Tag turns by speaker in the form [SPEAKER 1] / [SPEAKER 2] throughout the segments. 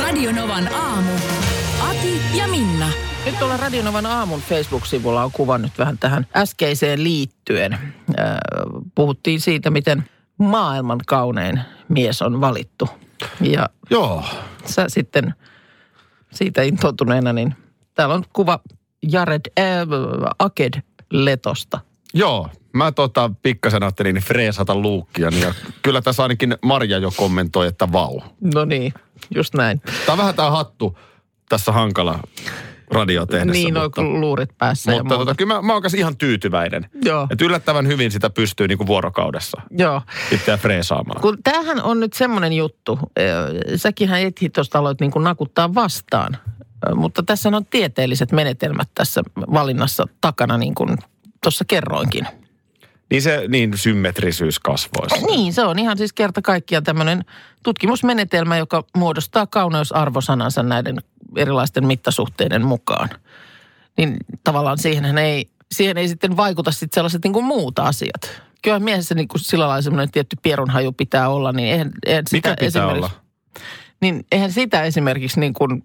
[SPEAKER 1] Radionovan aamu. Ati ja Minna.
[SPEAKER 2] Nyt tuolla Radionovan aamun Facebook-sivulla on kuva nyt vähän tähän äskeiseen liittyen. Öö, Puhuttiin siitä, miten maailman kaunein mies on valittu. Ja
[SPEAKER 3] Joo,
[SPEAKER 2] sä sitten siitä intoutuneena, niin täällä on kuva Jared äh, Aked Letosta.
[SPEAKER 3] joo. Mä tota, pikkasen ajattelin freesata luukkia, niin ja kyllä tässä ainakin Marja jo kommentoi, että vau.
[SPEAKER 2] No niin, just näin.
[SPEAKER 3] Tää on vähän tää hattu tässä hankala radio tehdessä,
[SPEAKER 2] niin, noin
[SPEAKER 3] mutta,
[SPEAKER 2] kun luurit päässä ja
[SPEAKER 3] mutta
[SPEAKER 2] muuta.
[SPEAKER 3] tota, kyllä mä, mä oon kanssa ihan tyytyväinen.
[SPEAKER 2] Joo.
[SPEAKER 3] Et yllättävän hyvin sitä pystyy niinku vuorokaudessa
[SPEAKER 2] Joo.
[SPEAKER 3] itseä freesaamaan.
[SPEAKER 2] Kun tämähän on nyt semmoinen juttu, eh, ö, säkinhän etsit tuosta aloit niin kuin nakuttaa vastaan, Ö, mutta tässä on tieteelliset menetelmät tässä valinnassa takana niin kuin tuossa kerroinkin.
[SPEAKER 3] Niin se niin symmetrisyys kasvoissa.
[SPEAKER 2] Niin, se on ihan siis kerta kaikkiaan tämmöinen tutkimusmenetelmä, joka muodostaa kauneusarvosanansa näiden erilaisten mittasuhteiden mukaan. Niin tavallaan siihen ei, siihen ei sitten vaikuta sitten sellaiset niin kuin muut asiat. Kyllä miehessä niin kuin sillä lailla semmoinen tietty pierunhaju pitää olla, niin eihän, eihän sitä
[SPEAKER 3] Mikä pitää
[SPEAKER 2] esimerkiksi,
[SPEAKER 3] olla?
[SPEAKER 2] Niin eihän sitä esimerkiksi niin kuin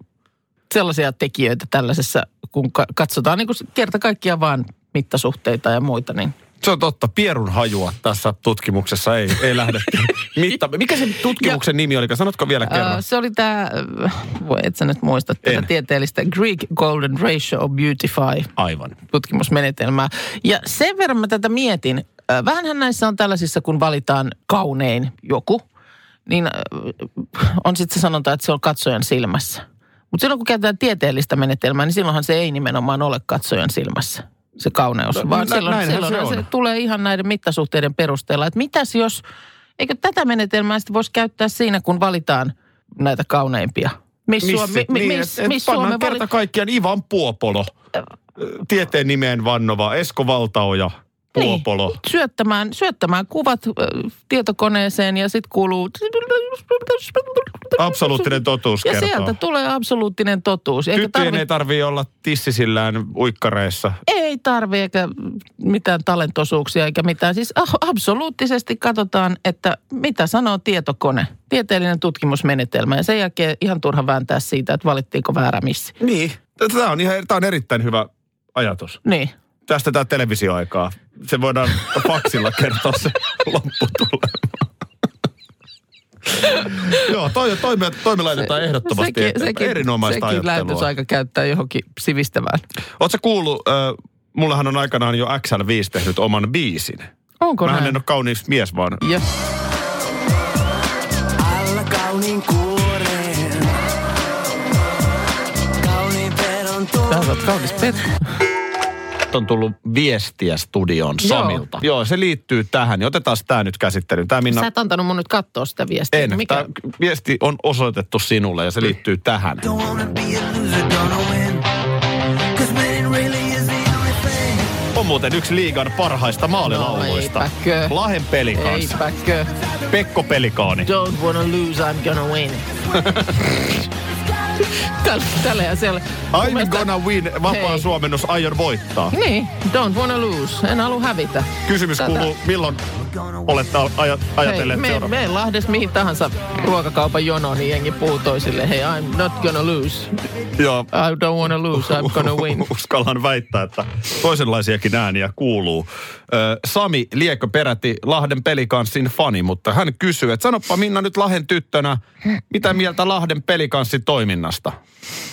[SPEAKER 2] sellaisia tekijöitä tällaisessa, kun ka- katsotaan niin kuin kerta kaikkiaan vaan mittasuhteita ja muita, niin
[SPEAKER 3] Se on totta. Pierun hajua tässä tutkimuksessa ei, ei lähdetty. Mitta. Mikä se tutkimuksen nimi oli? Sanotko vielä kerran?
[SPEAKER 2] Ö, se oli tämä, voi et sä nyt muista tätä
[SPEAKER 3] En.
[SPEAKER 2] tieteellistä, Greek Golden Ratio of Beautify
[SPEAKER 3] Aivan.
[SPEAKER 2] tutkimusmenetelmää. Ja sen verran mä tätä mietin. Ö, Vähänhän näissä on tällaisissa, kun valitaan kaunein joku, niin ö, on sitten se sanonta, että se on katsojan silmässä. Mutta silloin kun käytetään tieteellistä menetelmää, niin silloinhan se ei nimenomaan ole katsojan silmässä se kauneus,
[SPEAKER 3] No,
[SPEAKER 2] vaan
[SPEAKER 3] nä-
[SPEAKER 2] silloin,
[SPEAKER 3] näinhän
[SPEAKER 2] silloin se,
[SPEAKER 3] se on.
[SPEAKER 2] tulee ihan näiden mittasuhteiden perusteella. Että mitäs jos, eikö tätä menetelmää sitten voisi käyttää siinä, kun valitaan näitä kauneimpia? Miss,
[SPEAKER 3] Missä?
[SPEAKER 2] Suomi, mi,
[SPEAKER 3] niin,
[SPEAKER 2] miss,
[SPEAKER 3] et- et
[SPEAKER 2] miss
[SPEAKER 3] pannaan
[SPEAKER 2] Suomen vali- Äh.
[SPEAKER 3] kerta kaikkiaan Ivan Puopolo. Tieteen nimeen vannova Esko Valtaoja Puopolo.
[SPEAKER 2] Niin, syöttämään, syöttämään kuvat ö, tietokoneeseen ja sitten kuuluu...
[SPEAKER 3] Absoluuttinen totuus
[SPEAKER 2] Ja
[SPEAKER 3] kertoo.
[SPEAKER 2] sieltä tulee absoluuttinen totuus. Eikä
[SPEAKER 3] Tyttöjen
[SPEAKER 2] tarvi,
[SPEAKER 3] ei tarvii olla tissisillään uikkareissa.
[SPEAKER 2] ei tarvi eikä mitään talentosuuksia eikä mitään. Siis a- absoluuttisesti katsotaan, että mitä sanoo tietokone. Tieteellinen tutkimusmenetelmä ja sen jälkeen ihan turha vääntää siitä, että valittiinko väärä missi.
[SPEAKER 3] Niin. Tämä on, ihan, tämä on erittäin hyvä ajatus.
[SPEAKER 2] Niin.
[SPEAKER 3] Tästä tämä televisioaikaa. Se voidaan faksilla kertoa se lopputulema. Joo, toi, toi, me, toi me laitetaan ehdottomasti eteenpäin. Erinomaista
[SPEAKER 2] sekin
[SPEAKER 3] ajattelua.
[SPEAKER 2] lähetys käyttää johonkin sivistävään.
[SPEAKER 3] Oletko kuullut, äh, mullahan on aikanaan jo XL5 tehnyt oman biisin.
[SPEAKER 2] Onko
[SPEAKER 3] Mähän
[SPEAKER 2] näin?
[SPEAKER 3] en ole kaunis mies, vaan
[SPEAKER 2] Ja,
[SPEAKER 4] alla kauniin kuoreen. Kauniin pedon tuo.
[SPEAKER 2] sä oot kaunis Petri.
[SPEAKER 3] on tullut viestiä studioon Samilta. Joo, Joo se liittyy tähän. Niin otetaan tämä nyt käsittelyyn. Tämä Minna...
[SPEAKER 2] Sä et antanut mun nyt katsoa sitä viestiä.
[SPEAKER 3] No. En. Mikä?
[SPEAKER 2] Mikä?
[SPEAKER 3] Tämä viesti on osoitettu sinulle ja se liittyy tähän.
[SPEAKER 4] Don't wanna be a loser, gonna win. Cause winning really is the only thing.
[SPEAKER 3] On muuten yksi liigan parhaista maalilauluista.
[SPEAKER 2] No, eipäkö.
[SPEAKER 3] Lahen pelikaansa.
[SPEAKER 2] Eipäkö.
[SPEAKER 3] Pekko Pelikaani.
[SPEAKER 2] Don't wanna lose, I'm gonna win. Tällä- Tällä ja siellä. Mun
[SPEAKER 3] I'm
[SPEAKER 2] mielestä-
[SPEAKER 3] gonna win. Vapaa
[SPEAKER 2] Hei.
[SPEAKER 3] suomennos. Aion voittaa.
[SPEAKER 2] Niin, don't wanna lose. En halua hävitä.
[SPEAKER 3] Kysymys
[SPEAKER 2] Tätä-
[SPEAKER 3] kuuluu, milloin olette al- ajat-
[SPEAKER 2] Hei,
[SPEAKER 3] ajatelleet
[SPEAKER 2] me,
[SPEAKER 3] seuraavaksi?
[SPEAKER 2] me Lahdes mihin tahansa ruokakaupan jonoon, niin jengi puhuu toisille. Hei, I'm not gonna lose.
[SPEAKER 3] Joo.
[SPEAKER 2] I don't wanna lose, I'm gonna win.
[SPEAKER 3] Uskallan väittää, että toisenlaisiakin ääniä kuuluu. Ö, Sami Liekö peräti Lahden pelikanssin fani, mutta hän kysyy, että sanoppa Minna nyt Lahden tyttönä, mitä mieltä Lahden pelikanssin toiminnasta?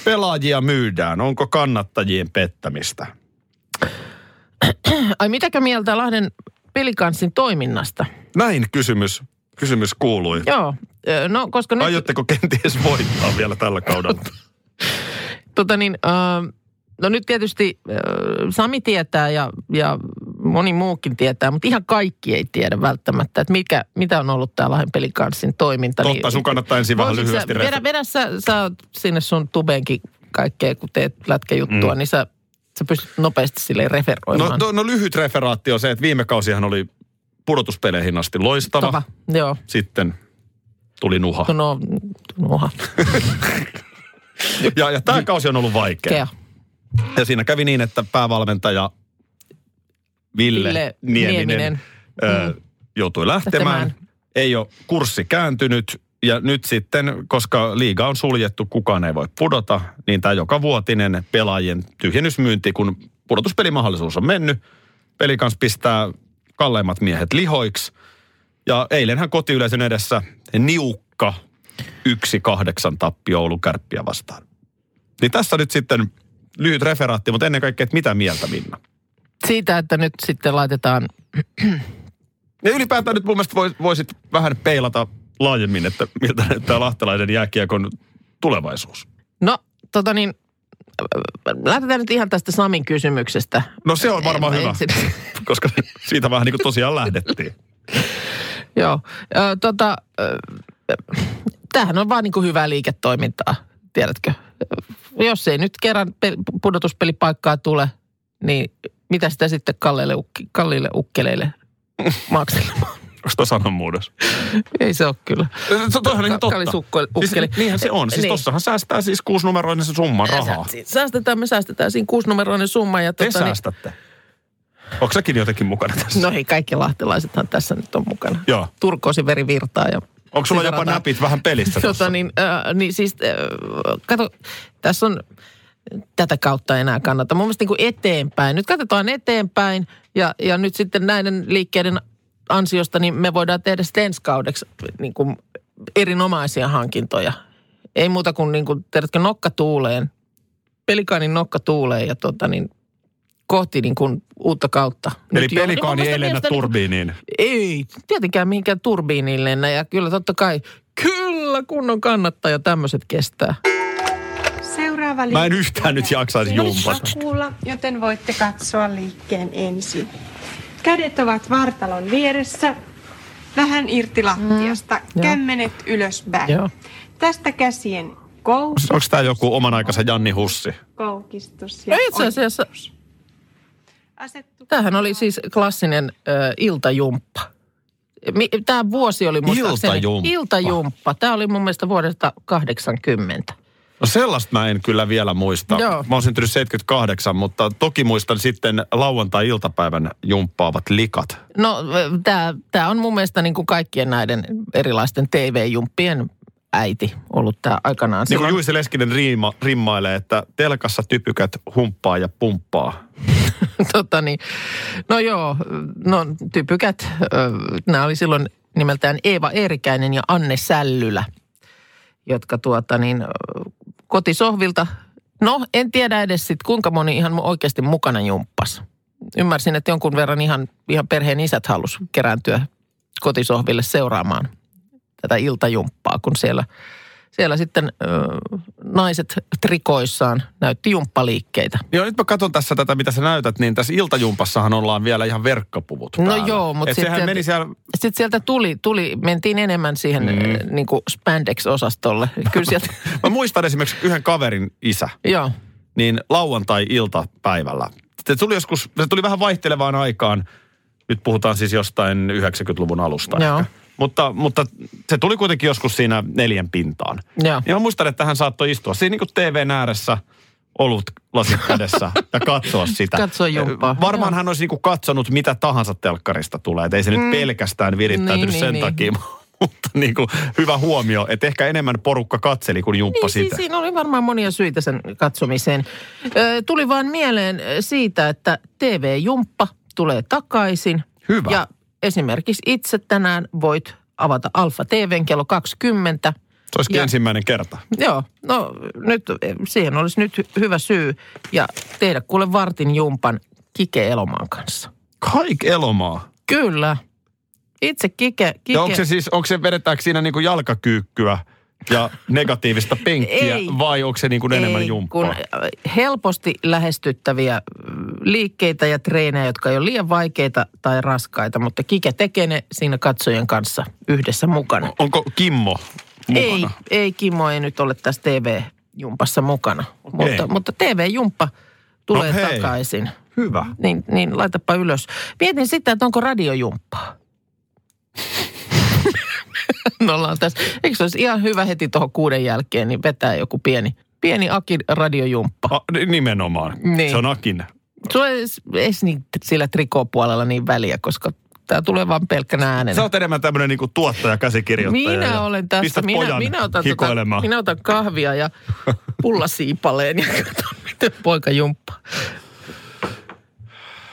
[SPEAKER 3] Pelaajia myydään, onko kannattajien pettämistä?
[SPEAKER 2] Ai mitäkä mieltä Lahden pelikanssin toiminnasta?
[SPEAKER 3] Näin kysymys, kysymys kuului.
[SPEAKER 2] Joo, ö, no koska nyt...
[SPEAKER 3] Aiotteko kenties voittaa vielä tällä kaudella?
[SPEAKER 2] Tota niin, äh, no nyt tietysti äh, Sami tietää ja, ja moni muukin tietää, mutta ihan kaikki ei tiedä välttämättä, että mikä, mitä on ollut tämä Lahden pelikanssin toiminta.
[SPEAKER 3] Totta, sun kannattaa ensin vähän
[SPEAKER 2] voisit
[SPEAKER 3] lyhyesti
[SPEAKER 2] sä, vedä,
[SPEAKER 3] referoida.
[SPEAKER 2] vedä sä, sä oot sinne sun tubeenkin kaikkea, kun teet lätkäjuttua, mm. niin sä, sä pystyt nopeasti sille referoimaan.
[SPEAKER 3] No, no, no lyhyt referaatti on se, että viime kausihan oli pudotuspeleihin asti loistava.
[SPEAKER 2] Tava. Joo,
[SPEAKER 3] Sitten tuli nuha.
[SPEAKER 2] no, nuha.
[SPEAKER 3] Ja, ja tämä kausi on ollut vaikea.
[SPEAKER 2] Kea.
[SPEAKER 3] Ja siinä kävi niin, että päävalmentaja Ville,
[SPEAKER 2] Ville
[SPEAKER 3] Nieminen,
[SPEAKER 2] Nieminen. Mm.
[SPEAKER 3] Ö, joutui lähtemään.
[SPEAKER 2] Lähtemään.
[SPEAKER 3] Ei ole kurssi kääntynyt. Ja nyt sitten, koska liiga on suljettu, kukaan ei voi pudota, niin tämä joka vuotinen pelaajien tyhjennysmyynti, kun pudotuspelimahdollisuus on mennyt, peli kanssa pistää kalleimmat miehet lihoiksi. Ja eilenhän kotiyleisön edessä niukka 1-8 tappio Oulun kärppiä vastaan. Niin tässä nyt sitten lyhyt referaatti, mutta ennen kaikkea, että mitä mieltä Minna?
[SPEAKER 2] Siitä, että nyt sitten laitetaan
[SPEAKER 3] Ja ylipäätään nyt mun mielestä vois, voisit vähän peilata laajemmin, että miltä näyttää lahtelaisen jääkiekon tulevaisuus.
[SPEAKER 2] No, tota niin, äh, lähdetään nyt ihan tästä Samin kysymyksestä.
[SPEAKER 3] No se on varmaan
[SPEAKER 2] Ei,
[SPEAKER 3] hyvä,
[SPEAKER 2] ensin-
[SPEAKER 3] koska siitä vähän niin kuin tosiaan lähdettiin.
[SPEAKER 2] Joo, Ö, tota, ö, tämähän on vaan niin kuin hyvää liiketoimintaa, tiedätkö? Ö, Jos ei nyt kerran pe- pudotuspelipaikkaa tule, niin mitä sitä sitten kalleille, ukki, kalliille ukkeleille makselemaan?
[SPEAKER 3] Onko toi sananmuudos?
[SPEAKER 2] ei se ole kyllä.
[SPEAKER 3] Se toihan on ihan totta.
[SPEAKER 2] Kallis ukko- ukkeli.
[SPEAKER 3] Siis, niinhän se on. Siis
[SPEAKER 2] Niin.
[SPEAKER 3] niin. tossahan säästää siis kuusinumeroinen se summa rahaa.
[SPEAKER 2] Säästetään, me säästetään siinä kuusinumeroinen summa. Ja
[SPEAKER 3] Te
[SPEAKER 2] tota niin-
[SPEAKER 3] säästätte. Onko säkin jotenkin mukana tässä?
[SPEAKER 2] No ei, kaikki lahtelaisethan tässä nyt on mukana.
[SPEAKER 3] Joo.
[SPEAKER 2] Turkoosi veri virtaa ja...
[SPEAKER 3] Onko sulla
[SPEAKER 2] sitä
[SPEAKER 3] jopa
[SPEAKER 2] rataa.
[SPEAKER 3] näpit vähän pelissä
[SPEAKER 2] Tota
[SPEAKER 3] tossa?
[SPEAKER 2] niin, äh, niin siis, äh, kato, tässä on tätä kautta enää kannata. Mun mielestä niin kuin eteenpäin. Nyt katsotaan eteenpäin ja, ja nyt sitten näiden liikkeiden ansiosta niin me voidaan tehdä sitten ensi kaudeksi niin kuin erinomaisia hankintoja. Ei muuta kuin, niin kuin tiedätkö, nokka tuuleen, pelikainin nokka tuuleen ja tota niin, kohti niin kuin uutta kautta.
[SPEAKER 3] Eli
[SPEAKER 2] Nyt jo- Mun
[SPEAKER 3] pelikaani
[SPEAKER 2] mielestä- niinku
[SPEAKER 3] ei lennä
[SPEAKER 2] mielestäni-
[SPEAKER 3] turbiiniin.
[SPEAKER 2] ei tietenkään mihinkään turbiiniin lennä ja kyllä totta kai, kyllä kunnon kannattaja tämmöiset kestää.
[SPEAKER 5] Seuraava
[SPEAKER 3] Mä en
[SPEAKER 5] liike
[SPEAKER 3] yhtään nyt jaksaisi jumpata.
[SPEAKER 5] Kuulla, joten voitte katsoa liikkeen ensin. Kädet ovat vartalon vieressä, vähän irti lattiasta,
[SPEAKER 2] Mm. joo.
[SPEAKER 5] kämmenet ylöspäin.
[SPEAKER 2] Joo.
[SPEAKER 5] Tästä käsien kous,
[SPEAKER 3] Onko tämä joku oman aikansa Janni Hussi?
[SPEAKER 5] koukistus ja
[SPEAKER 2] No itse asiassa,
[SPEAKER 5] Asettu
[SPEAKER 2] tämähän oli siis klassinen ö, iltajumppa. Tämä vuosi oli muistaakseni.
[SPEAKER 3] Iltajumppa.
[SPEAKER 2] Iltajumppa. Tämä oli mun mielestä vuodesta 80.
[SPEAKER 3] No sellaista mä en kyllä vielä muista.
[SPEAKER 2] Joo.
[SPEAKER 3] Mä oon syntynyt 78, mutta toki muistan sitten lauantai-iltapäivän jumppaavat likat.
[SPEAKER 2] No tämä on mun mielestä niin kuin kaikkien näiden erilaisten TV-jumppien äiti ollut tämä aikanaan.
[SPEAKER 3] Niin kuin
[SPEAKER 2] Silloin-
[SPEAKER 3] Juise Leskinen riima, rimmailee, että telkassa typykät humppaa ja pumppaa.
[SPEAKER 2] tota niin, no joo, no typykät, ö, nämä oli silloin nimeltään Eeva Eerikäinen ja Anne Sällylä, jotka tuota niin ö, kotisohvilta, no en tiedä edes sit kuinka moni ihan oikeasti mukana jumppas. Ymmärsin, että jonkun verran ihan, ihan perheen isät halus kerääntyä kotisohville seuraamaan tätä iltajumppaa, kun siellä, siellä sitten ö, naiset trikoissaan näytti jumppaliikkeitä.
[SPEAKER 3] Joo, nyt mä katson tässä tätä, mitä sä näytät, niin tässä iltajumpassahan ollaan vielä ihan verkkopuvut
[SPEAKER 2] No
[SPEAKER 3] päällä.
[SPEAKER 2] joo, mut
[SPEAKER 3] Et
[SPEAKER 2] sit
[SPEAKER 3] sehän
[SPEAKER 2] sieltä-
[SPEAKER 3] meni siellä
[SPEAKER 2] Sitten sieltä tuli, tuli mentiin enemmän siihen mm. niin kuin spandex-osastolle. Kyllä sieltä,
[SPEAKER 3] Mä muistan esimerkiksi yhden kaverin isä,
[SPEAKER 2] joo.
[SPEAKER 3] niin lauantai-iltapäivällä. Se tuli joskus, se tuli vähän vaihtelevaan aikaan. Nyt puhutaan siis jostain 90-luvun alusta.
[SPEAKER 2] Joo.
[SPEAKER 3] ehkä. Mutta, mutta se tuli kuitenkin joskus siinä neljän pintaan.
[SPEAKER 2] Joo.
[SPEAKER 3] Ja mä muistan, että hän saattoi istua siinä niin kuin TVn ääressä olut lasit kädessä ja katsoa sitä. Eh,
[SPEAKER 2] Katsoa jumppaa.
[SPEAKER 3] Varmaan
[SPEAKER 2] Joo.
[SPEAKER 3] hän olisi niin kuin katsonut mitä tahansa telkkarista tulee. Et ei se mm. nyt pelkästään virittäytynyt
[SPEAKER 2] Niin, niin,
[SPEAKER 3] sen
[SPEAKER 2] niin.
[SPEAKER 3] takia. Mutta niin kuin, hyvä huomio, että ehkä enemmän porukka katseli kuin jumppa
[SPEAKER 2] Niin,
[SPEAKER 3] sitä.
[SPEAKER 2] siis siinä oli varmaan monia syitä sen katsomiseen. Ö, tuli vaan mieleen ö, siitä, että TV-jumppa tulee takaisin.
[SPEAKER 3] Hyvä.
[SPEAKER 2] Ja esimerkiksi itse tänään voit avata Alfa TVn kello 20.
[SPEAKER 3] Se olisikin
[SPEAKER 2] Ja-
[SPEAKER 3] ensimmäinen kerta.
[SPEAKER 2] Joo, no nyt, eh, siihen olisi nyt hy- hyvä syy. Ja tehdä kuule vartin jumpan Kike Elomaan kanssa.
[SPEAKER 3] Kaik Elomaa.
[SPEAKER 2] Kyllä. Itse Kike, kike
[SPEAKER 3] Ja onko se siis, onko se, vedetäänkö siinä niinku jalkakyykkyä ja negatiivista penkkiä,
[SPEAKER 2] Ei.
[SPEAKER 3] vai onko se niin kuin enemmän jumppaa?
[SPEAKER 2] kun helposti lähestyttäviä mm, liikkeitä ja treenejä, jotka ei ole liian vaikeita tai raskaita, mutta Kike tekee ne siinä katsojen kanssa yhdessä mukana.
[SPEAKER 3] Onko Kimmo mukana?
[SPEAKER 2] Ei, ei Kimmo ei nyt ole tässä TV-jumpassa mukana, okay. mutta, mutta TV-jumppa tulee
[SPEAKER 3] No hei.
[SPEAKER 2] takaisin.
[SPEAKER 3] Hyvä.
[SPEAKER 2] Niin, niin laitapa ylös. Mietin sitä, että onko radiojumppaa. Me ollaan tässä. Eikö se olisi ihan hyvä heti tuohon kuuden jälkeen, niin vetää joku pieni, pieni Akin radiojumppa.
[SPEAKER 3] A, ni- nimenomaan.
[SPEAKER 2] Niin.
[SPEAKER 3] Se on Akin.
[SPEAKER 2] Sulla ei edes- ei edes niin, sillä trikopuolella niin väliä, koska tämä tulee vain pelkkänä äänenä.
[SPEAKER 3] Sä oot enemmän tämmönen niinku tuottaja-käsikirjoittaja.
[SPEAKER 2] Minä
[SPEAKER 3] ja
[SPEAKER 2] olen tässä.
[SPEAKER 3] Pistät
[SPEAKER 2] Minä,
[SPEAKER 3] pojan
[SPEAKER 2] minä, otan tota,
[SPEAKER 3] hikoilemaan.
[SPEAKER 2] minä otan kahvia ja pullasiipaleen ja katson, miten poika jumppaa.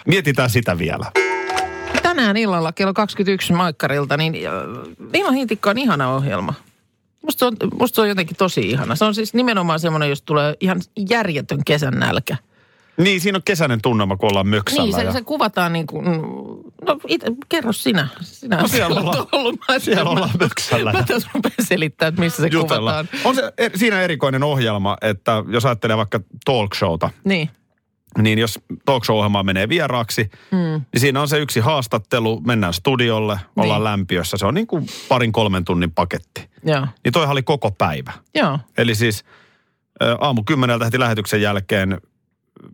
[SPEAKER 3] Mietitään sitä vielä.
[SPEAKER 2] Tänään illalla kello 21 Maikkarilta, niin äh, Niilo Hintikka on ihana ohjelma. Musta se on, musta se on jotenkin tosi ihana. Se on siis nimenomaan semmoinen, jos tulee ihan järjetön kesän nälkä.
[SPEAKER 3] Niin, siinä on kesäinen tunnelma, kun ollaan möksällä.
[SPEAKER 2] Niin, se,
[SPEAKER 3] ja...
[SPEAKER 2] se kuvataan niin kuin, no it, kerro sinä. sinä
[SPEAKER 3] No siellä
[SPEAKER 2] olet
[SPEAKER 3] ollaan-
[SPEAKER 2] ollut. Mä,
[SPEAKER 3] siellä
[SPEAKER 2] mä-
[SPEAKER 3] ollaan möksällä
[SPEAKER 2] Mä
[SPEAKER 3] ja-
[SPEAKER 2] tässä rupean selittämään, että missä se
[SPEAKER 3] Jutellaan.
[SPEAKER 2] kuvataan.
[SPEAKER 3] On se er, siinä erikoinen ohjelma, että jos ajattelee vaikka talk showta,
[SPEAKER 2] Niin,
[SPEAKER 3] niin jos talk show-ohjelmaa menee vieraaksi, mm. niin siinä on se yksi haastattelu, mennään studiolle, ollaan
[SPEAKER 2] Niin.
[SPEAKER 3] lämpiössä. Se on niin kuin parin kolmen tunnin paketti.
[SPEAKER 2] joo.
[SPEAKER 3] Niin toihan oli koko päivä.
[SPEAKER 2] Joo,
[SPEAKER 3] Eli siis ö, aamu kymmeneltä heti lähetyksen jälkeen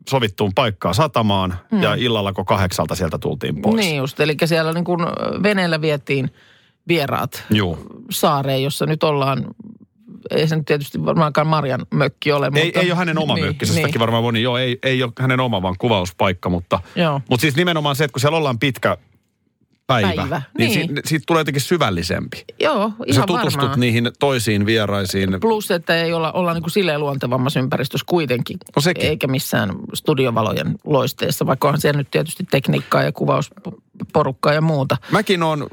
[SPEAKER 3] sovittuun paikkaan satamaan mm. ja illalla kun kahdeksalta sieltä tultiin pois.
[SPEAKER 2] niin just. Eli siellä niin kuin veneellä vietiin vieraat
[SPEAKER 3] Juu.
[SPEAKER 2] saareen, jossa nyt ollaan. Ei se nyt tietysti varmaankaan Marjan mökki ole.
[SPEAKER 3] Ei,
[SPEAKER 2] mutta,
[SPEAKER 3] ei ole hänen oma niin, mökki, niin. varmaan moni, joo, ei, ei ole hänen oma, vaan kuvauspaikka, mutta,
[SPEAKER 2] Joo.
[SPEAKER 3] mutta siis nimenomaan se, että kun siellä ollaan pitkä päivä,
[SPEAKER 2] Päivä,
[SPEAKER 3] niin,
[SPEAKER 2] niin.
[SPEAKER 3] niin. Si, siitä tulee jotenkin syvällisempi.
[SPEAKER 2] Joo,
[SPEAKER 3] Ihan sä
[SPEAKER 2] ihan
[SPEAKER 3] tutustut niin.
[SPEAKER 2] varmaan.
[SPEAKER 3] niihin toisiin vieraisiin.
[SPEAKER 2] Plus, että ei olla, olla niin kuin silleen luontevammassa ympäristössä kuitenkin.
[SPEAKER 3] No sekin.
[SPEAKER 2] Eikä missään studiovalojen loisteessa, vaikka onhan siellä nyt tietysti tekniikkaa ja kuvausporukkaa ja muuta.
[SPEAKER 3] Mäkin on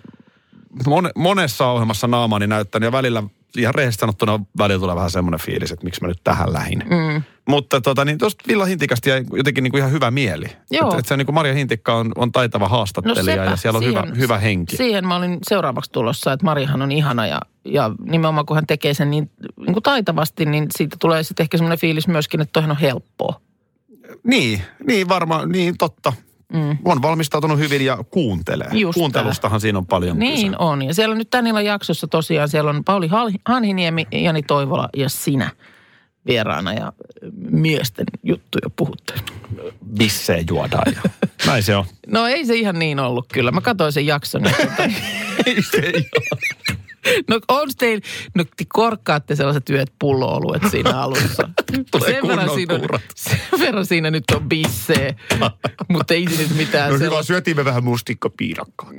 [SPEAKER 3] mon, monessa ohjelmassa naamani näyttänyt ja välillä ihan rehellisesti sanottuna välillä tulee vähän semmoinen fiilis, että miksi mä nyt tähän lähin. Mm. Mutta tota, niin tuosta Villa Hintikasta jäi jotenkin niin kuin ihan hyvä mieli.
[SPEAKER 2] Joo. No
[SPEAKER 3] Että et se niin kuin Marja Hintikka on, on taitava haastattelija
[SPEAKER 2] sepä,
[SPEAKER 3] ja siellä on hyvä,
[SPEAKER 2] siihen-
[SPEAKER 3] hyvä henki.
[SPEAKER 2] Siihen mä olin seuraavaksi tulossa, että Marihan on ihana ja, ja nimenomaan kun hän tekee sen niin, niin kuin taitavasti, niin siitä tulee sitten ehkä semmoinen fiilis myöskin, että toihan on helppoa.
[SPEAKER 3] Niin, niin varmaan, niin totta. Mm. On valmistautunut hyvin ja kuuntelee.
[SPEAKER 2] Just
[SPEAKER 3] Kuuntelustahan siinä on paljon
[SPEAKER 2] Niin
[SPEAKER 3] kyse.
[SPEAKER 2] on. Ja siellä nyt tämän illan jaksossa tosiaan siellä on Pauli Hal- Hanhiniemi, Jani Toivola ja sinä vieraana ja miesten juttuja puhutte.
[SPEAKER 3] Bissee juodaan. Ja. Näin se on.
[SPEAKER 2] No ei se ihan niin ollut kyllä. Mä katsoin sen jakson. ja tota-
[SPEAKER 3] Ei se ei ole.
[SPEAKER 2] No on teillä, no te korkkaatte sellaiset yöt pullo-oluet siinä alussa.
[SPEAKER 3] Tulee kunnon
[SPEAKER 2] siinä on,
[SPEAKER 3] kuurat.
[SPEAKER 2] sen verran siinä nyt on bissee, mutta ei se nyt mitään
[SPEAKER 3] No hyvä,
[SPEAKER 2] sellaista. Mm, niin,
[SPEAKER 3] syötimme vähän mustikkapiirakkaa.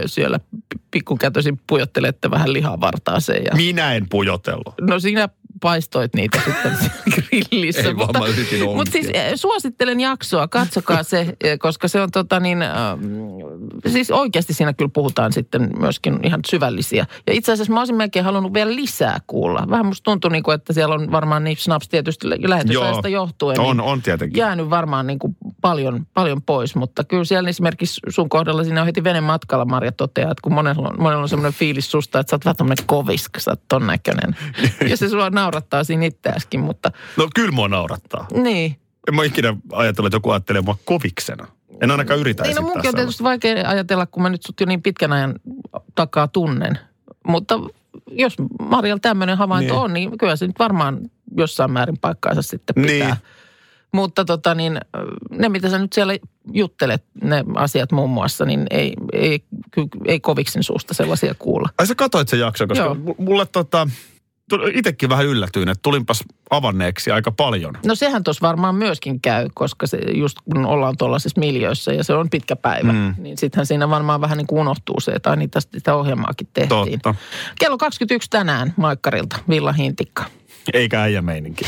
[SPEAKER 2] Ja siellä pi- pikkukätösin pujottelette vähän lihavartaaseen. Ja...
[SPEAKER 3] Minä en pujotellut.
[SPEAKER 2] No sinä paistoit niitä sitten siinä grillissä.
[SPEAKER 3] Ei vaan, mä yritin onkia.
[SPEAKER 2] mutta siis eh, suosittelen jaksoa, katsokaa se, eh, koska se on tota niin, ähm, siis oikeasti siinä kyllä puhutaan sitten myöskin ihan syvällisiä. Ja itse asiassa mä olisin melkein halunnut vielä lisää kuulla. Vähän musta tuntuu niin kuin, että siellä on varmaan niin snaps tietysti lä- lähetysajasta johtuen.
[SPEAKER 3] On,
[SPEAKER 2] niin
[SPEAKER 3] on tietenkin.
[SPEAKER 2] Jäänyt varmaan niin kuin paljon, paljon pois, mutta kyllä siellä esimerkiksi sun kohdalla siinä on heti venen matkalla, Marja toteaa, että kun monella on, monella on semmoinen fiilis susta, että sä oot vähän tämmöinen kovis, kun sä oot ton näköinen. ja se sua naurattaa siinä itseäskin, mutta
[SPEAKER 3] No kyllä mua naurattaa.
[SPEAKER 2] niin.
[SPEAKER 3] En mä ikinä ajatellut, että joku ajattelee mua koviksena. En ainakaan yritä
[SPEAKER 2] Niin no
[SPEAKER 3] esittää
[SPEAKER 2] munkin on tietysti vaikea ajatella, kun mä nyt sut jo niin pitkän ajan takaa tunnen. Mutta jos Marjalla tämmöinen havainto
[SPEAKER 3] Niin.
[SPEAKER 2] niin. on, niin kyllä se nyt varmaan jossain määrin paikkaansa sitten pitää.
[SPEAKER 3] Niin.
[SPEAKER 2] Niin. Mutta tota niin, ne mitä sä nyt siellä juttelet, ne asiat muun muassa, niin ei, ei, ky- ei koviksin suusta sellaisia kuulla.
[SPEAKER 3] Ai sä katsoit sen jakson, koska
[SPEAKER 2] Joo.
[SPEAKER 3] Joo. mulle tota, itsekin vähän yllätyin, että tulinpas avanneeksi aika paljon.
[SPEAKER 2] No sehän tuossa varmaan myöskin käy, koska se just kun ollaan tuollaisessa miljöissä ja se on pitkä päivä,
[SPEAKER 3] Mm.
[SPEAKER 2] mm. niin sittenhän siinä varmaan vähän niin kuin unohtuu se, että aina tästä sitä ohjelmaakin tehtiin.
[SPEAKER 3] Totta.
[SPEAKER 2] Kello 21 tänään Maikkarilta, Villa Hintikka.
[SPEAKER 3] Eikä äijä meininki.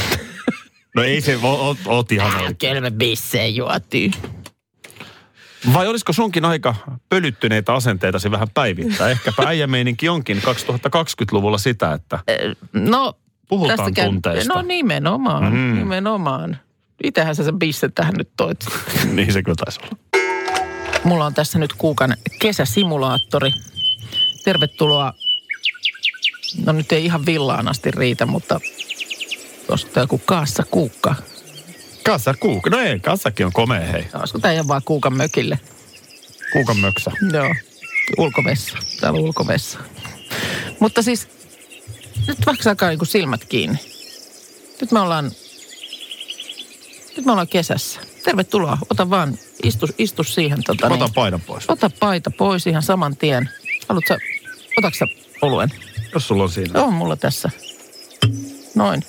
[SPEAKER 3] No ei se, o- o- oot ihan oikein.
[SPEAKER 2] Kyllä me bisseen juotiin.
[SPEAKER 3] Vai olisiko sunkin aika pölyttyneitä asenteitasi vähän päivittää? Ehkäpä äijämeininki onkin 2020-luvulla sitä, että
[SPEAKER 2] No,
[SPEAKER 3] puhutaan
[SPEAKER 2] tästä käy-
[SPEAKER 3] tunteista.
[SPEAKER 2] No nimenomaan,
[SPEAKER 3] Mm.
[SPEAKER 2] mm. nimenomaan. Itähän sä sen bisse tähän nyt toit.
[SPEAKER 3] niin se kyllä taisi olla.
[SPEAKER 2] Mulla on tässä nyt kuukan kesäsimulaattori. Tervetuloa No nyt ei ihan villaan asti riitä, mutta tuosta joku kaassa kuukka.
[SPEAKER 3] Kassa kuuk. No ei, kassakin on komea hei.
[SPEAKER 2] Olisiko tämä ihan vaan kuukan mökille?
[SPEAKER 3] Kuukan möksä.
[SPEAKER 2] Joo, ulkovessa. Täällä on ulkovessa. Mutta siis nyt vaikka alkaa niinku silmät kiinni. Nyt me ollaan, nyt me ollaan kesässä. Tervetuloa. Ota vaan, istu, istu siihen. Tota,
[SPEAKER 3] Ota paidan pois,
[SPEAKER 2] ota paita pois ihan saman tien. Haluatko sä, otatko sä oluen?
[SPEAKER 3] jos sulla on siinä.
[SPEAKER 2] On mulla tässä. Noin.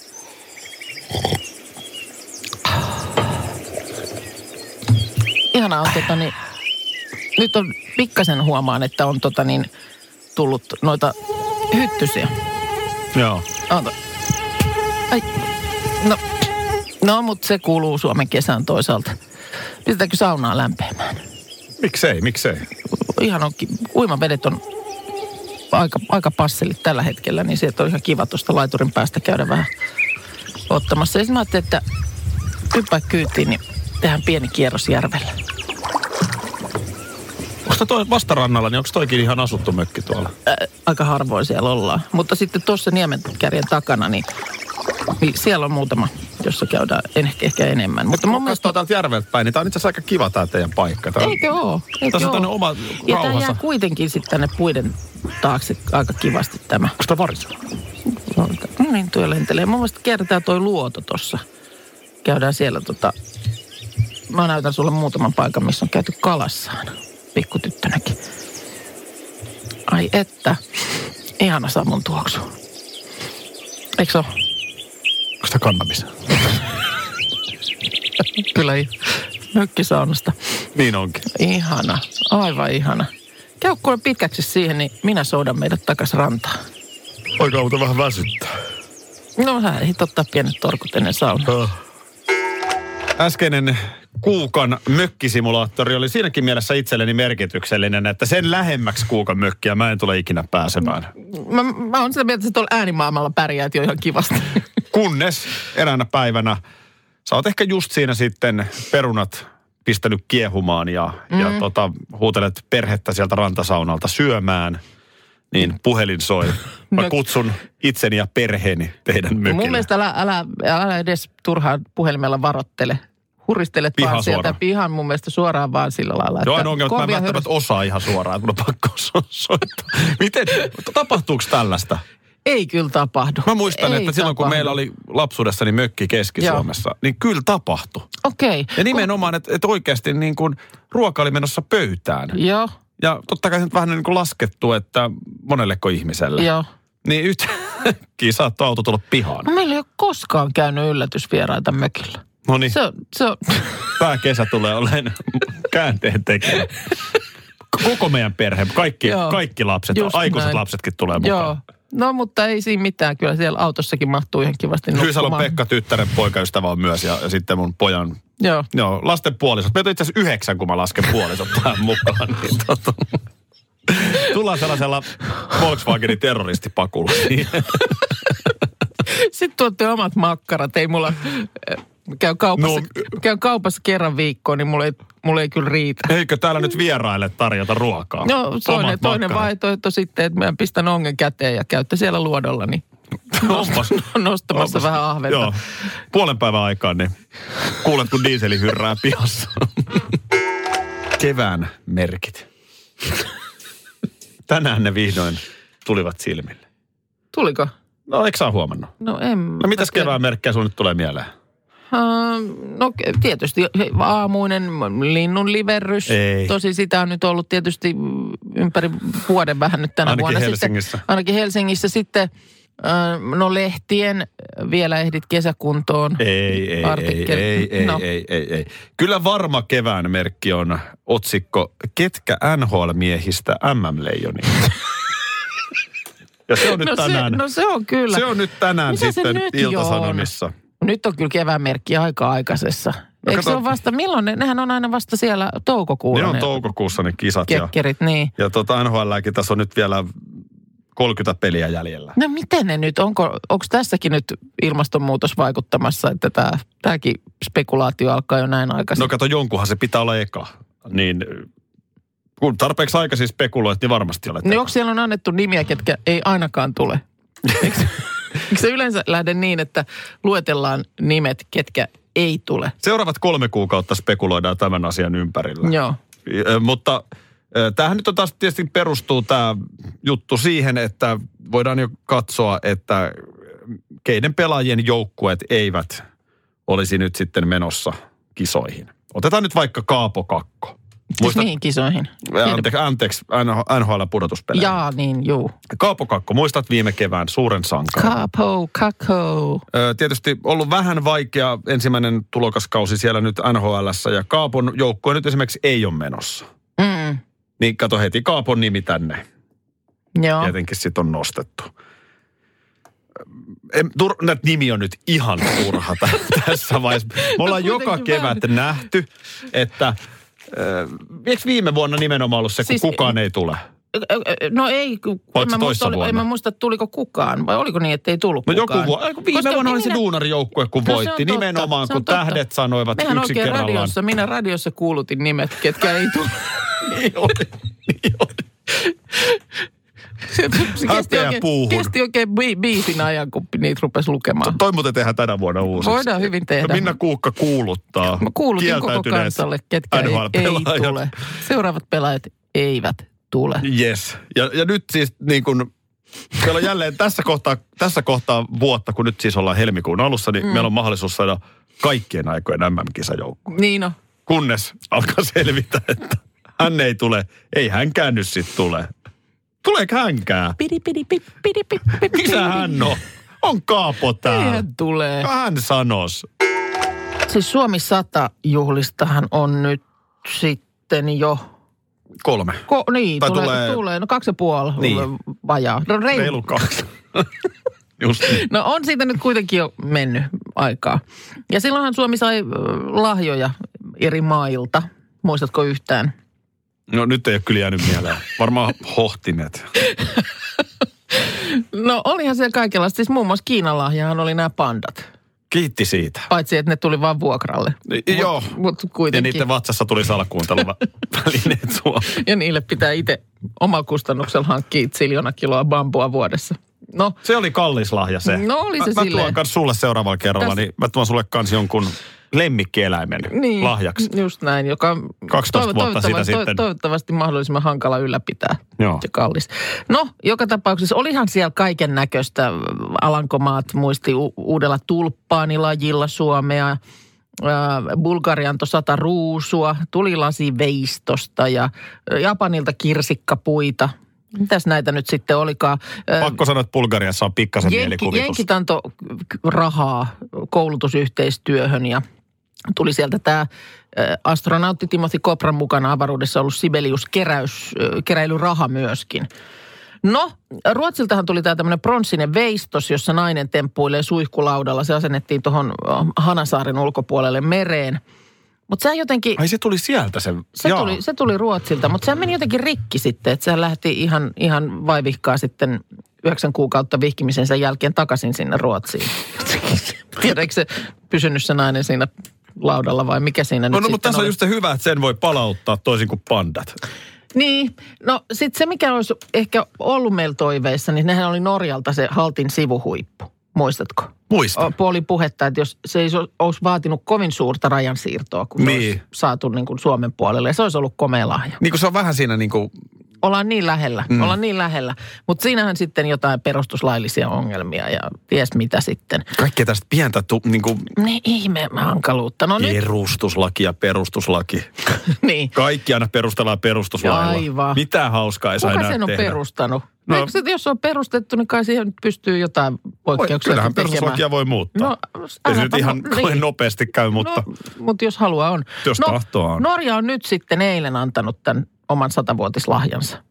[SPEAKER 2] Ihanaa on tota niin, nyt on pikkasen huomaan, että on tota niin, tullut noita hyttysiä.
[SPEAKER 3] Joo.
[SPEAKER 2] Oota. Ai. No, no mutta se kuuluu Suomen kesään toisaalta. Pistetäänkö saunaa lämpeämään?
[SPEAKER 3] Miksei, miksei.
[SPEAKER 2] Ihan on, ki- uimavedet on aika, aika passelit tällä hetkellä, niin sieltä on ihan kiva tuosta laiturin päästä käydä vähän ottamassa. Ja sitten mä ajattelin, että hyppää kyytiin, niin tehdään pieni kierros järvellä.
[SPEAKER 3] Onko toi vastarannalla, niin onko toikin ihan asuttu mökki tuolla?
[SPEAKER 2] Ää, Äh, aika harvoin siellä ollaan. Mutta sitten tuossa niemenkärjen takana, niin, niin siellä on muutama, jossa käydään en, ehkä enemmän. Mutta mun mielestä...
[SPEAKER 3] Katsotaan täältä järveltä päin, niin tää on itse asiassa aika kiva tää teidän paikka. Tää on-
[SPEAKER 2] Eikö oo? Eikö
[SPEAKER 3] Tässä on
[SPEAKER 2] oo?
[SPEAKER 3] tämmönen oma
[SPEAKER 2] Ja tämä jää
[SPEAKER 3] rauhansa.
[SPEAKER 2] kuitenkin sitten tänne puiden taakse aika kivasti tämä.
[SPEAKER 3] Onko tää varis?
[SPEAKER 2] No niin, tuo lentelee. Mun mielestä kiertää toi luoto tossa. Käydään siellä tota... Mä näytän sulle muutaman paikan, missä on käyty kalassaan. Pikkutyttönäkin. Ai että. Ihana sammon tuoksu. Eikö se ole?
[SPEAKER 3] Onko tää kannabis?
[SPEAKER 2] Kyllä ei. Mökkisaunasta.
[SPEAKER 3] Niin onkin.
[SPEAKER 2] Ihana. Aivan ihana. Käy kuule pitkäksi siihen, niin minä soudan meidät takas rantaan.
[SPEAKER 3] Oikein muuten vähän väsyttää.
[SPEAKER 2] No sä ehdit ottaa pienet torkut ennen saunaa.
[SPEAKER 3] Öh. Äskeinen Kuukan mökkisimulaattori oli siinäkin mielessä itselleni merkityksellinen, että sen lähemmäksi Kuukan mökkiä mä en tule ikinä pääsemään.
[SPEAKER 2] Mä, mä oon sitä mieltä, että sä tuolla äänimaailmalla pärjäät jo ihan kivasti.
[SPEAKER 3] Kunnes eräänä päivänä sä oot ehkä just siinä sitten perunat pistänyt kiehumaan ja, mm.
[SPEAKER 2] Mm-hmm.
[SPEAKER 3] ja tota, huutelet perhettä sieltä rantasaunalta syömään, niin puhelin soi. Mä
[SPEAKER 2] Mök-
[SPEAKER 3] kutsun itseni ja perheeni teidän mökille.
[SPEAKER 2] No. Mun mielestä älä, älä, älä edes turhaan puhelimella varottele. Huristelet
[SPEAKER 3] Pihan
[SPEAKER 2] vaan sieltä
[SPEAKER 3] suoraan.
[SPEAKER 2] pihan mun mielestä suoraan vaan sillä lailla.
[SPEAKER 3] Joo, ainoa ongelma, että mä
[SPEAKER 2] kovia
[SPEAKER 3] en välttämättä osaa ihan suoraan, että mun on pakko so- soittaa. Miten, tapahtuuko tällaista?
[SPEAKER 2] hyrs- Ei kyllä tapahdu.
[SPEAKER 3] Mä muistan,
[SPEAKER 2] Ei
[SPEAKER 3] että silloin kun
[SPEAKER 2] tapahdu.
[SPEAKER 3] meillä oli lapsuudessani mökki Keski-Suomessa, niin kyllä tapahtui.
[SPEAKER 2] Okei.
[SPEAKER 3] Ja nimenomaan, että, että oikeasti niin kuin ruoka oli menossa pöytään.
[SPEAKER 2] Kun- Joo,
[SPEAKER 3] Ja totta kai se nyt vähän niin kuin laskettu, että monelleko ihmiselle.
[SPEAKER 2] joo.
[SPEAKER 3] Niin yhtäkkiä saattoi auto tulla pihaan.
[SPEAKER 2] No, Meillä ei ole koskaan käynyt yllätysvieraita mökillä.
[SPEAKER 3] No niin,
[SPEAKER 2] Se on, se on,
[SPEAKER 3] tämä kesä tulee olemaan käänteen tekijä. Koko meidän perhe, kaikki,
[SPEAKER 2] Joo.
[SPEAKER 3] kaikki lapset,
[SPEAKER 2] Just
[SPEAKER 3] aikuiset
[SPEAKER 2] näin.
[SPEAKER 3] lapsetkin tulee mukaan.
[SPEAKER 2] joo. No mutta ei siinä mitään. Kyllä siellä autossakin mahtuu ihan kivasti
[SPEAKER 3] Hyysalon
[SPEAKER 2] nukkumaan.
[SPEAKER 3] Pekka, tyttären poikaystävä on myös ja, ja sitten mun pojan,
[SPEAKER 2] Joo.
[SPEAKER 3] joo, lasten puolisot. Meitä on itse asiassa yhdeksän, kun mä lasken puolisot tähän mukaan. Niin tota, tullaan sellaisella Volkswagenin terroristipakulla. Niin,
[SPEAKER 2] Sitten tuotte omat makkarat. Ei mulla... äh, Käyn kaupassa,
[SPEAKER 3] No-
[SPEAKER 2] no, käyn kaupassa kerran viikkoon, niin mulla ei, mulla ei kyllä riitä.
[SPEAKER 3] eikö täällä nyt vieraille tarjota ruokaa?
[SPEAKER 2] No toinen,
[SPEAKER 3] Omat
[SPEAKER 2] toinen
[SPEAKER 3] makkarat.
[SPEAKER 2] vaihtoehto sitten, että mä pistän ongen käteen ja käytte siellä luodolla, niin
[SPEAKER 3] Onpas,
[SPEAKER 2] nostamassa vähän ahventa.
[SPEAKER 3] Joo, puolen päivän aikaan, niin kuulet, kun diiseli hyrrää pihassa. Kevään merkit. Tänään ne vihdoin tulivat silmille.
[SPEAKER 2] Tuliko?
[SPEAKER 3] No eikö sä oo huomannut?
[SPEAKER 2] No en.
[SPEAKER 3] No mitäs
[SPEAKER 2] mä tiedä.
[SPEAKER 3] kevään merkkejä sulle nyt tulee mieleen?
[SPEAKER 2] Ähm, No ke- tietysti he- aamuinen linnun liverrys.
[SPEAKER 3] Ei.
[SPEAKER 2] Tosi sitä on nyt ollut tietysti mm, ympäri vuoden vähän nyt tänä
[SPEAKER 3] Ainakin
[SPEAKER 2] vuonna.
[SPEAKER 3] Helsingissä.
[SPEAKER 2] Sitten, ainakin Helsingissä sitten. äh, No lehtien vielä ehdit kesäkuntoon.
[SPEAKER 3] Ei, ei, ei,
[SPEAKER 2] Artikkeli.
[SPEAKER 3] ei, ei,
[SPEAKER 2] No.
[SPEAKER 3] ei, ei, ei. Kyllä varma kevään merkki on otsikko Ketkä NHL-miehistä MM-leijoni? ja se on nyt
[SPEAKER 2] No se,
[SPEAKER 3] tänään.
[SPEAKER 2] no se on kyllä.
[SPEAKER 3] se on nyt tänään
[SPEAKER 2] Mitä se
[SPEAKER 3] sitten
[SPEAKER 2] nyt jo
[SPEAKER 3] Ilta-Sanomissa.
[SPEAKER 2] Nyt on kyllä kevään merkki aika aikaisessa. No, Eikö se
[SPEAKER 3] kato-
[SPEAKER 2] ole vasta, milloin ne, nehän on aina vasta siellä toukokuulla
[SPEAKER 3] Ne on
[SPEAKER 2] ne
[SPEAKER 3] toukokuussa ne kisat ja,
[SPEAKER 2] kekkerit, niin.
[SPEAKER 3] ja tota NHLkin tässä on nyt vielä 30 peliä jäljellä.
[SPEAKER 2] No miten ne nyt, onko onko tässäkin nyt ilmastonmuutos vaikuttamassa, että tämä, tämäkin spekulaatio alkaa jo näin aikaisin?
[SPEAKER 3] No kato, jonkunhan se pitää olla eka. Niin kun tarpeeksi aikaisin spekuloit, niin varmasti olet
[SPEAKER 2] niin
[SPEAKER 3] eka.
[SPEAKER 2] onko siellä on annettu nimiä, ketkä ei ainakaan tule? Eikö se- eikö se yleensä lähde niin, että luetellaan nimet, ketkä ei tule?
[SPEAKER 3] Seuraavat kolme kuukautta spekuloidaan tämän asian ympärillä.
[SPEAKER 2] Joo. Siis
[SPEAKER 3] Ö, Mutta ö, tämähän nyt on taas tietysti perustuu tämä juttu siihen, että voidaan jo katsoa, että keiden pelaajien joukkueet eivät olisi nyt sitten menossa kisoihin. Otetaan nyt vaikka Kaapo Kakko.
[SPEAKER 2] Muista... Niin kisoihin.
[SPEAKER 3] Anteeksi, anteeksi NHL-pudotuspelejä.
[SPEAKER 2] Jaa, niin juu.
[SPEAKER 3] Kaapo Kakko, muistat viime kevään suuren sankan?
[SPEAKER 2] Kapo, kako.
[SPEAKER 3] Ö, Tietysti ollut vähän vaikea ensimmäinen tulokaskausi siellä nyt NHLssä ja Kaapon joukkue nyt esimerkiksi ei ole menossa.
[SPEAKER 2] Mm.
[SPEAKER 3] Niin kato heti Kaapon nimi tänne.
[SPEAKER 2] Joo.
[SPEAKER 3] Tietenkin sit on nostettu. En, tur, nä, nimi on nyt ihan turha tä- tässä vaiheessa. Me ollaan
[SPEAKER 2] No
[SPEAKER 3] joka
[SPEAKER 2] kuitenkin
[SPEAKER 3] kevät nähty, että... Äh, eikö viime vuonna nimenomaan ollut se, kun
[SPEAKER 2] Siis-
[SPEAKER 3] siis, kukaan ei tule?
[SPEAKER 2] Ö, ö, No ei, kun- en mä,
[SPEAKER 3] se toissa
[SPEAKER 2] muista, oli, en
[SPEAKER 3] vuonna?
[SPEAKER 2] mä muista, tuliko kukaan vai oliko niin, että ei tullut
[SPEAKER 3] No joku
[SPEAKER 2] kukaan.
[SPEAKER 3] vuo- ei, kun viime
[SPEAKER 2] Koska
[SPEAKER 3] vuonna oli se
[SPEAKER 2] minä-
[SPEAKER 3] duunarijoukkue, kun
[SPEAKER 2] No se on
[SPEAKER 3] voitti.
[SPEAKER 2] totta,
[SPEAKER 3] Nimenomaan,
[SPEAKER 2] se on
[SPEAKER 3] kun
[SPEAKER 2] totta.
[SPEAKER 3] tähdet sanoivat
[SPEAKER 2] Mehän
[SPEAKER 3] yksi
[SPEAKER 2] oikein
[SPEAKER 3] kerrallaan.
[SPEAKER 2] radiossa, minä radiossa kuulutin nimet, ketkä ei tullut.
[SPEAKER 3] Niin oli, niin oli.
[SPEAKER 2] Se, se kesti,
[SPEAKER 3] Häpeä
[SPEAKER 2] oikein,
[SPEAKER 3] puuhun.
[SPEAKER 2] kesti oikein bi- biisin ajan, kun niitä rupesi lukemaan.
[SPEAKER 3] Toi muuten tehdään tänä vuonna uusiksi. No
[SPEAKER 2] Voidaan hyvin tehdä.
[SPEAKER 3] Minna Kuukka kuuluttaa.
[SPEAKER 2] Mä kuulutin koko
[SPEAKER 3] kieltäytyneet
[SPEAKER 2] kansalle, ketkä ei,
[SPEAKER 3] NHL-pelaajat.
[SPEAKER 2] ei tule. Seuraavat pelaajat eivät tule.
[SPEAKER 3] Yes. Ja, ja nyt siis niin kun, meillä on jälleen tässä kohtaa, tässä kohtaa vuotta, kun nyt siis ollaan helmikuun alussa, niin mm. meillä on mahdollisuus saada kaikkien aikojen MM-kisajoukko.
[SPEAKER 2] Niin on.
[SPEAKER 3] Kunnes alkaa selvitä, että hän ei tule. Ei hänkään nyt sit tule. Tuleeko hänkään?
[SPEAKER 2] Pidi, pidi, pidi, pidi, pidi, pidi.
[SPEAKER 3] Missä hän on? On Kaapo täällä.
[SPEAKER 2] Eihän tulee.
[SPEAKER 3] Hän sanos.
[SPEAKER 2] Siis Suomi 100 juhlistahan on nyt sitten jo...
[SPEAKER 3] Kolme.
[SPEAKER 2] Ko, niin,
[SPEAKER 3] Tai
[SPEAKER 2] tulee, tulee,
[SPEAKER 3] tulee-
[SPEAKER 2] tulee, no kaksi ja puoli
[SPEAKER 3] Niin.
[SPEAKER 2] vajaa. No, reilu.
[SPEAKER 3] Reilu kaksi. Just niin.
[SPEAKER 2] No on siitä nyt kuitenkin jo mennyt aikaa. Ja silloinhan Suomi sai ö, lahjoja eri mailta. Muistatko yhtään?
[SPEAKER 3] No nyt ei ole kyllä jäänyt mieleen. Varmaan hohtimet.
[SPEAKER 2] No olihan siellä kaikenlaista. Siis muun muassa Kiinan lahjahan oli nämä pandat.
[SPEAKER 3] Kiitti siitä.
[SPEAKER 2] Paitsi, että ne tuli vaan vuokralle.
[SPEAKER 3] Mut, joo.
[SPEAKER 2] Mutta
[SPEAKER 3] Ja
[SPEAKER 2] kuitenkin.
[SPEAKER 3] niiden vatsassa tuli salkuunteluvälineet sua.
[SPEAKER 2] ja niille pitää itse omalla kustannuksella hankkia itse siljona kiloa bambua vuodessa. No,
[SPEAKER 3] Se oli kallis lahja se.
[SPEAKER 2] No oli se
[SPEAKER 3] mä, mä
[SPEAKER 2] silleen.
[SPEAKER 3] tuon kans sulle seuraavalla kerralla,
[SPEAKER 2] Kas-
[SPEAKER 3] niin mä tuon sulle kans jonkun lemmikkieläimen
[SPEAKER 2] niin.
[SPEAKER 3] lahjaksi.
[SPEAKER 2] Just näin, joka
[SPEAKER 3] 12 vuotta sitä
[SPEAKER 2] toivottavasti,
[SPEAKER 3] sitten.
[SPEAKER 2] toivottavasti mahdollisimman hankala ylläpitää
[SPEAKER 3] Joo.
[SPEAKER 2] ja kallis. No, joka tapauksessa olihan siellä kaiken näköistä. Alankomaat muisti u- uudella tulppaanilajilla Suomea. Ää, Bulgarian antoi sata ruusua, tuli lasi veistosta ja Japanilta kirsikkapuita. Mitäs näitä nyt sitten olikaan? Ää,
[SPEAKER 3] Pakko sanoa, että Bulgariassa on pikkasen mielikuvitus.
[SPEAKER 2] Jenkit antoi rahaa koulutusyhteistyöhön ja tuli sieltä tämä astronautti Timothy Kopran mukana avaruudessa ollut Sibelius keräys, ö, keräilyraha myöskin. No, Ruotsiltahan tuli tämä tämmöinen pronssinen veistos, jossa nainen temppuilee suihkulaudalla. Se asennettiin tuohon Hanasaaren ulkopuolelle mereen. Mutta sehän jotenkin,
[SPEAKER 3] Ai se tuli sieltä se.
[SPEAKER 2] se
[SPEAKER 3] Jaa.
[SPEAKER 2] tuli, se tuli Ruotsilta, mutta sehän meni jotenkin rikki sitten. Että sehän lähti ihan, ihan vaivihkaa sitten yhdeksän kuukautta vihkimisensä jälkeen takaisin sinne Ruotsiin. Tiedätkö se pysynyt se nainen siinä laudalla vai mikä siinä
[SPEAKER 3] No,
[SPEAKER 2] nyt
[SPEAKER 3] no mutta
[SPEAKER 2] sitten
[SPEAKER 3] tässä on
[SPEAKER 2] oli?
[SPEAKER 3] just se hyvä, että sen voi palauttaa toisin kuin pandat.
[SPEAKER 2] Niin, no sitten se mikä olisi ehkä ollut meillä toiveissa, niin nehän oli Norjalta se Haltin sivuhuippu. Muistatko?
[SPEAKER 3] Muista.
[SPEAKER 2] O- Puoli puhetta, että jos se ei so- olisi vaatinut kovin suurta rajansiirtoa, kun se
[SPEAKER 3] Niin.
[SPEAKER 2] olisi saatu niin kuin Suomen puolelle. Ja se olisi ollut komea lahja.
[SPEAKER 3] Niin kuin se on vähän siinä niin kuin
[SPEAKER 2] ollaan niin lähellä, mm. ollaan niin lähellä. Mutta siinähän sitten jotain perustuslaillisia ongelmia ja ties mitä sitten.
[SPEAKER 3] kaikkea tästä pientä tu, niin kuin
[SPEAKER 2] Niin ihme hankaluutta. No nyt,
[SPEAKER 3] perustuslaki ja perustuslaki.
[SPEAKER 2] niin.
[SPEAKER 3] Kaikki aina perustellaan perustuslailla.
[SPEAKER 2] Aivan.
[SPEAKER 3] Mitään hauskaa ei saa
[SPEAKER 2] Kuka
[SPEAKER 3] enää
[SPEAKER 2] sen on
[SPEAKER 3] tehdä.
[SPEAKER 2] perustanut? No.
[SPEAKER 3] No-
[SPEAKER 2] Eikö se, jos se on perustettu, niin kai siihen nyt pystyy jotain
[SPEAKER 3] Voi,
[SPEAKER 2] poikkeuksia
[SPEAKER 3] kyllähän
[SPEAKER 2] tekemään.
[SPEAKER 3] perustuslakia voi muuttaa.
[SPEAKER 2] No,
[SPEAKER 3] No,
[SPEAKER 2] äläpä
[SPEAKER 3] ei se nyt
[SPEAKER 2] mu-
[SPEAKER 3] ihan
[SPEAKER 2] niin.
[SPEAKER 3] niin. nopeasti käy, mutta
[SPEAKER 2] No,
[SPEAKER 3] no.
[SPEAKER 2] mutta jos halua on.
[SPEAKER 3] Jos
[SPEAKER 2] no,
[SPEAKER 3] tahtoa on.
[SPEAKER 2] Norja on nyt sitten eilen antanut tämän oman satavuotislahjansa.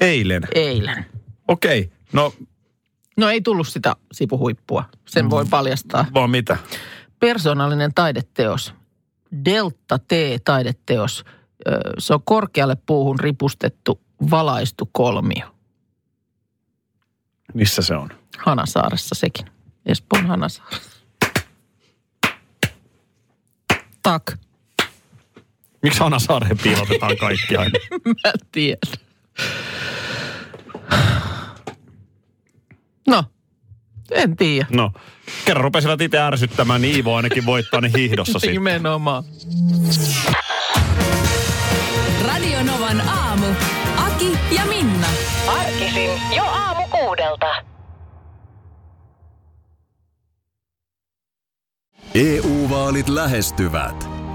[SPEAKER 3] eilen.
[SPEAKER 2] Eilen.
[SPEAKER 3] Okei, okay. no
[SPEAKER 2] No ei tullut sitä sipuhuippua.
[SPEAKER 3] Mm.
[SPEAKER 2] Sen voi paljastaa.
[SPEAKER 3] vaan mitä?
[SPEAKER 2] persoonallinen taideteos, Delta T-taideteos. Ö, Se on korkealle puuhun ripustettu valaistu kolmio.
[SPEAKER 3] Missä se on?
[SPEAKER 2] Hanasaaressa sekin. Espoon Hanasaaressa. Tak,
[SPEAKER 3] Miksi Hanna Saareen piilotetaan kaikki aina?
[SPEAKER 2] mä tiedän. No, En tiedä.
[SPEAKER 3] No, kerran rupesivat itse ärsyttämään, niin Iivo ainakin voittaa ne hiihdossa
[SPEAKER 2] Niin,
[SPEAKER 3] sitten.
[SPEAKER 2] Nimenomaan.
[SPEAKER 1] Radio Novan aamu. Aki ja Minna.
[SPEAKER 6] Arkisin jo aamu kuudelta.
[SPEAKER 7] EU-vaalit E lähestyvät.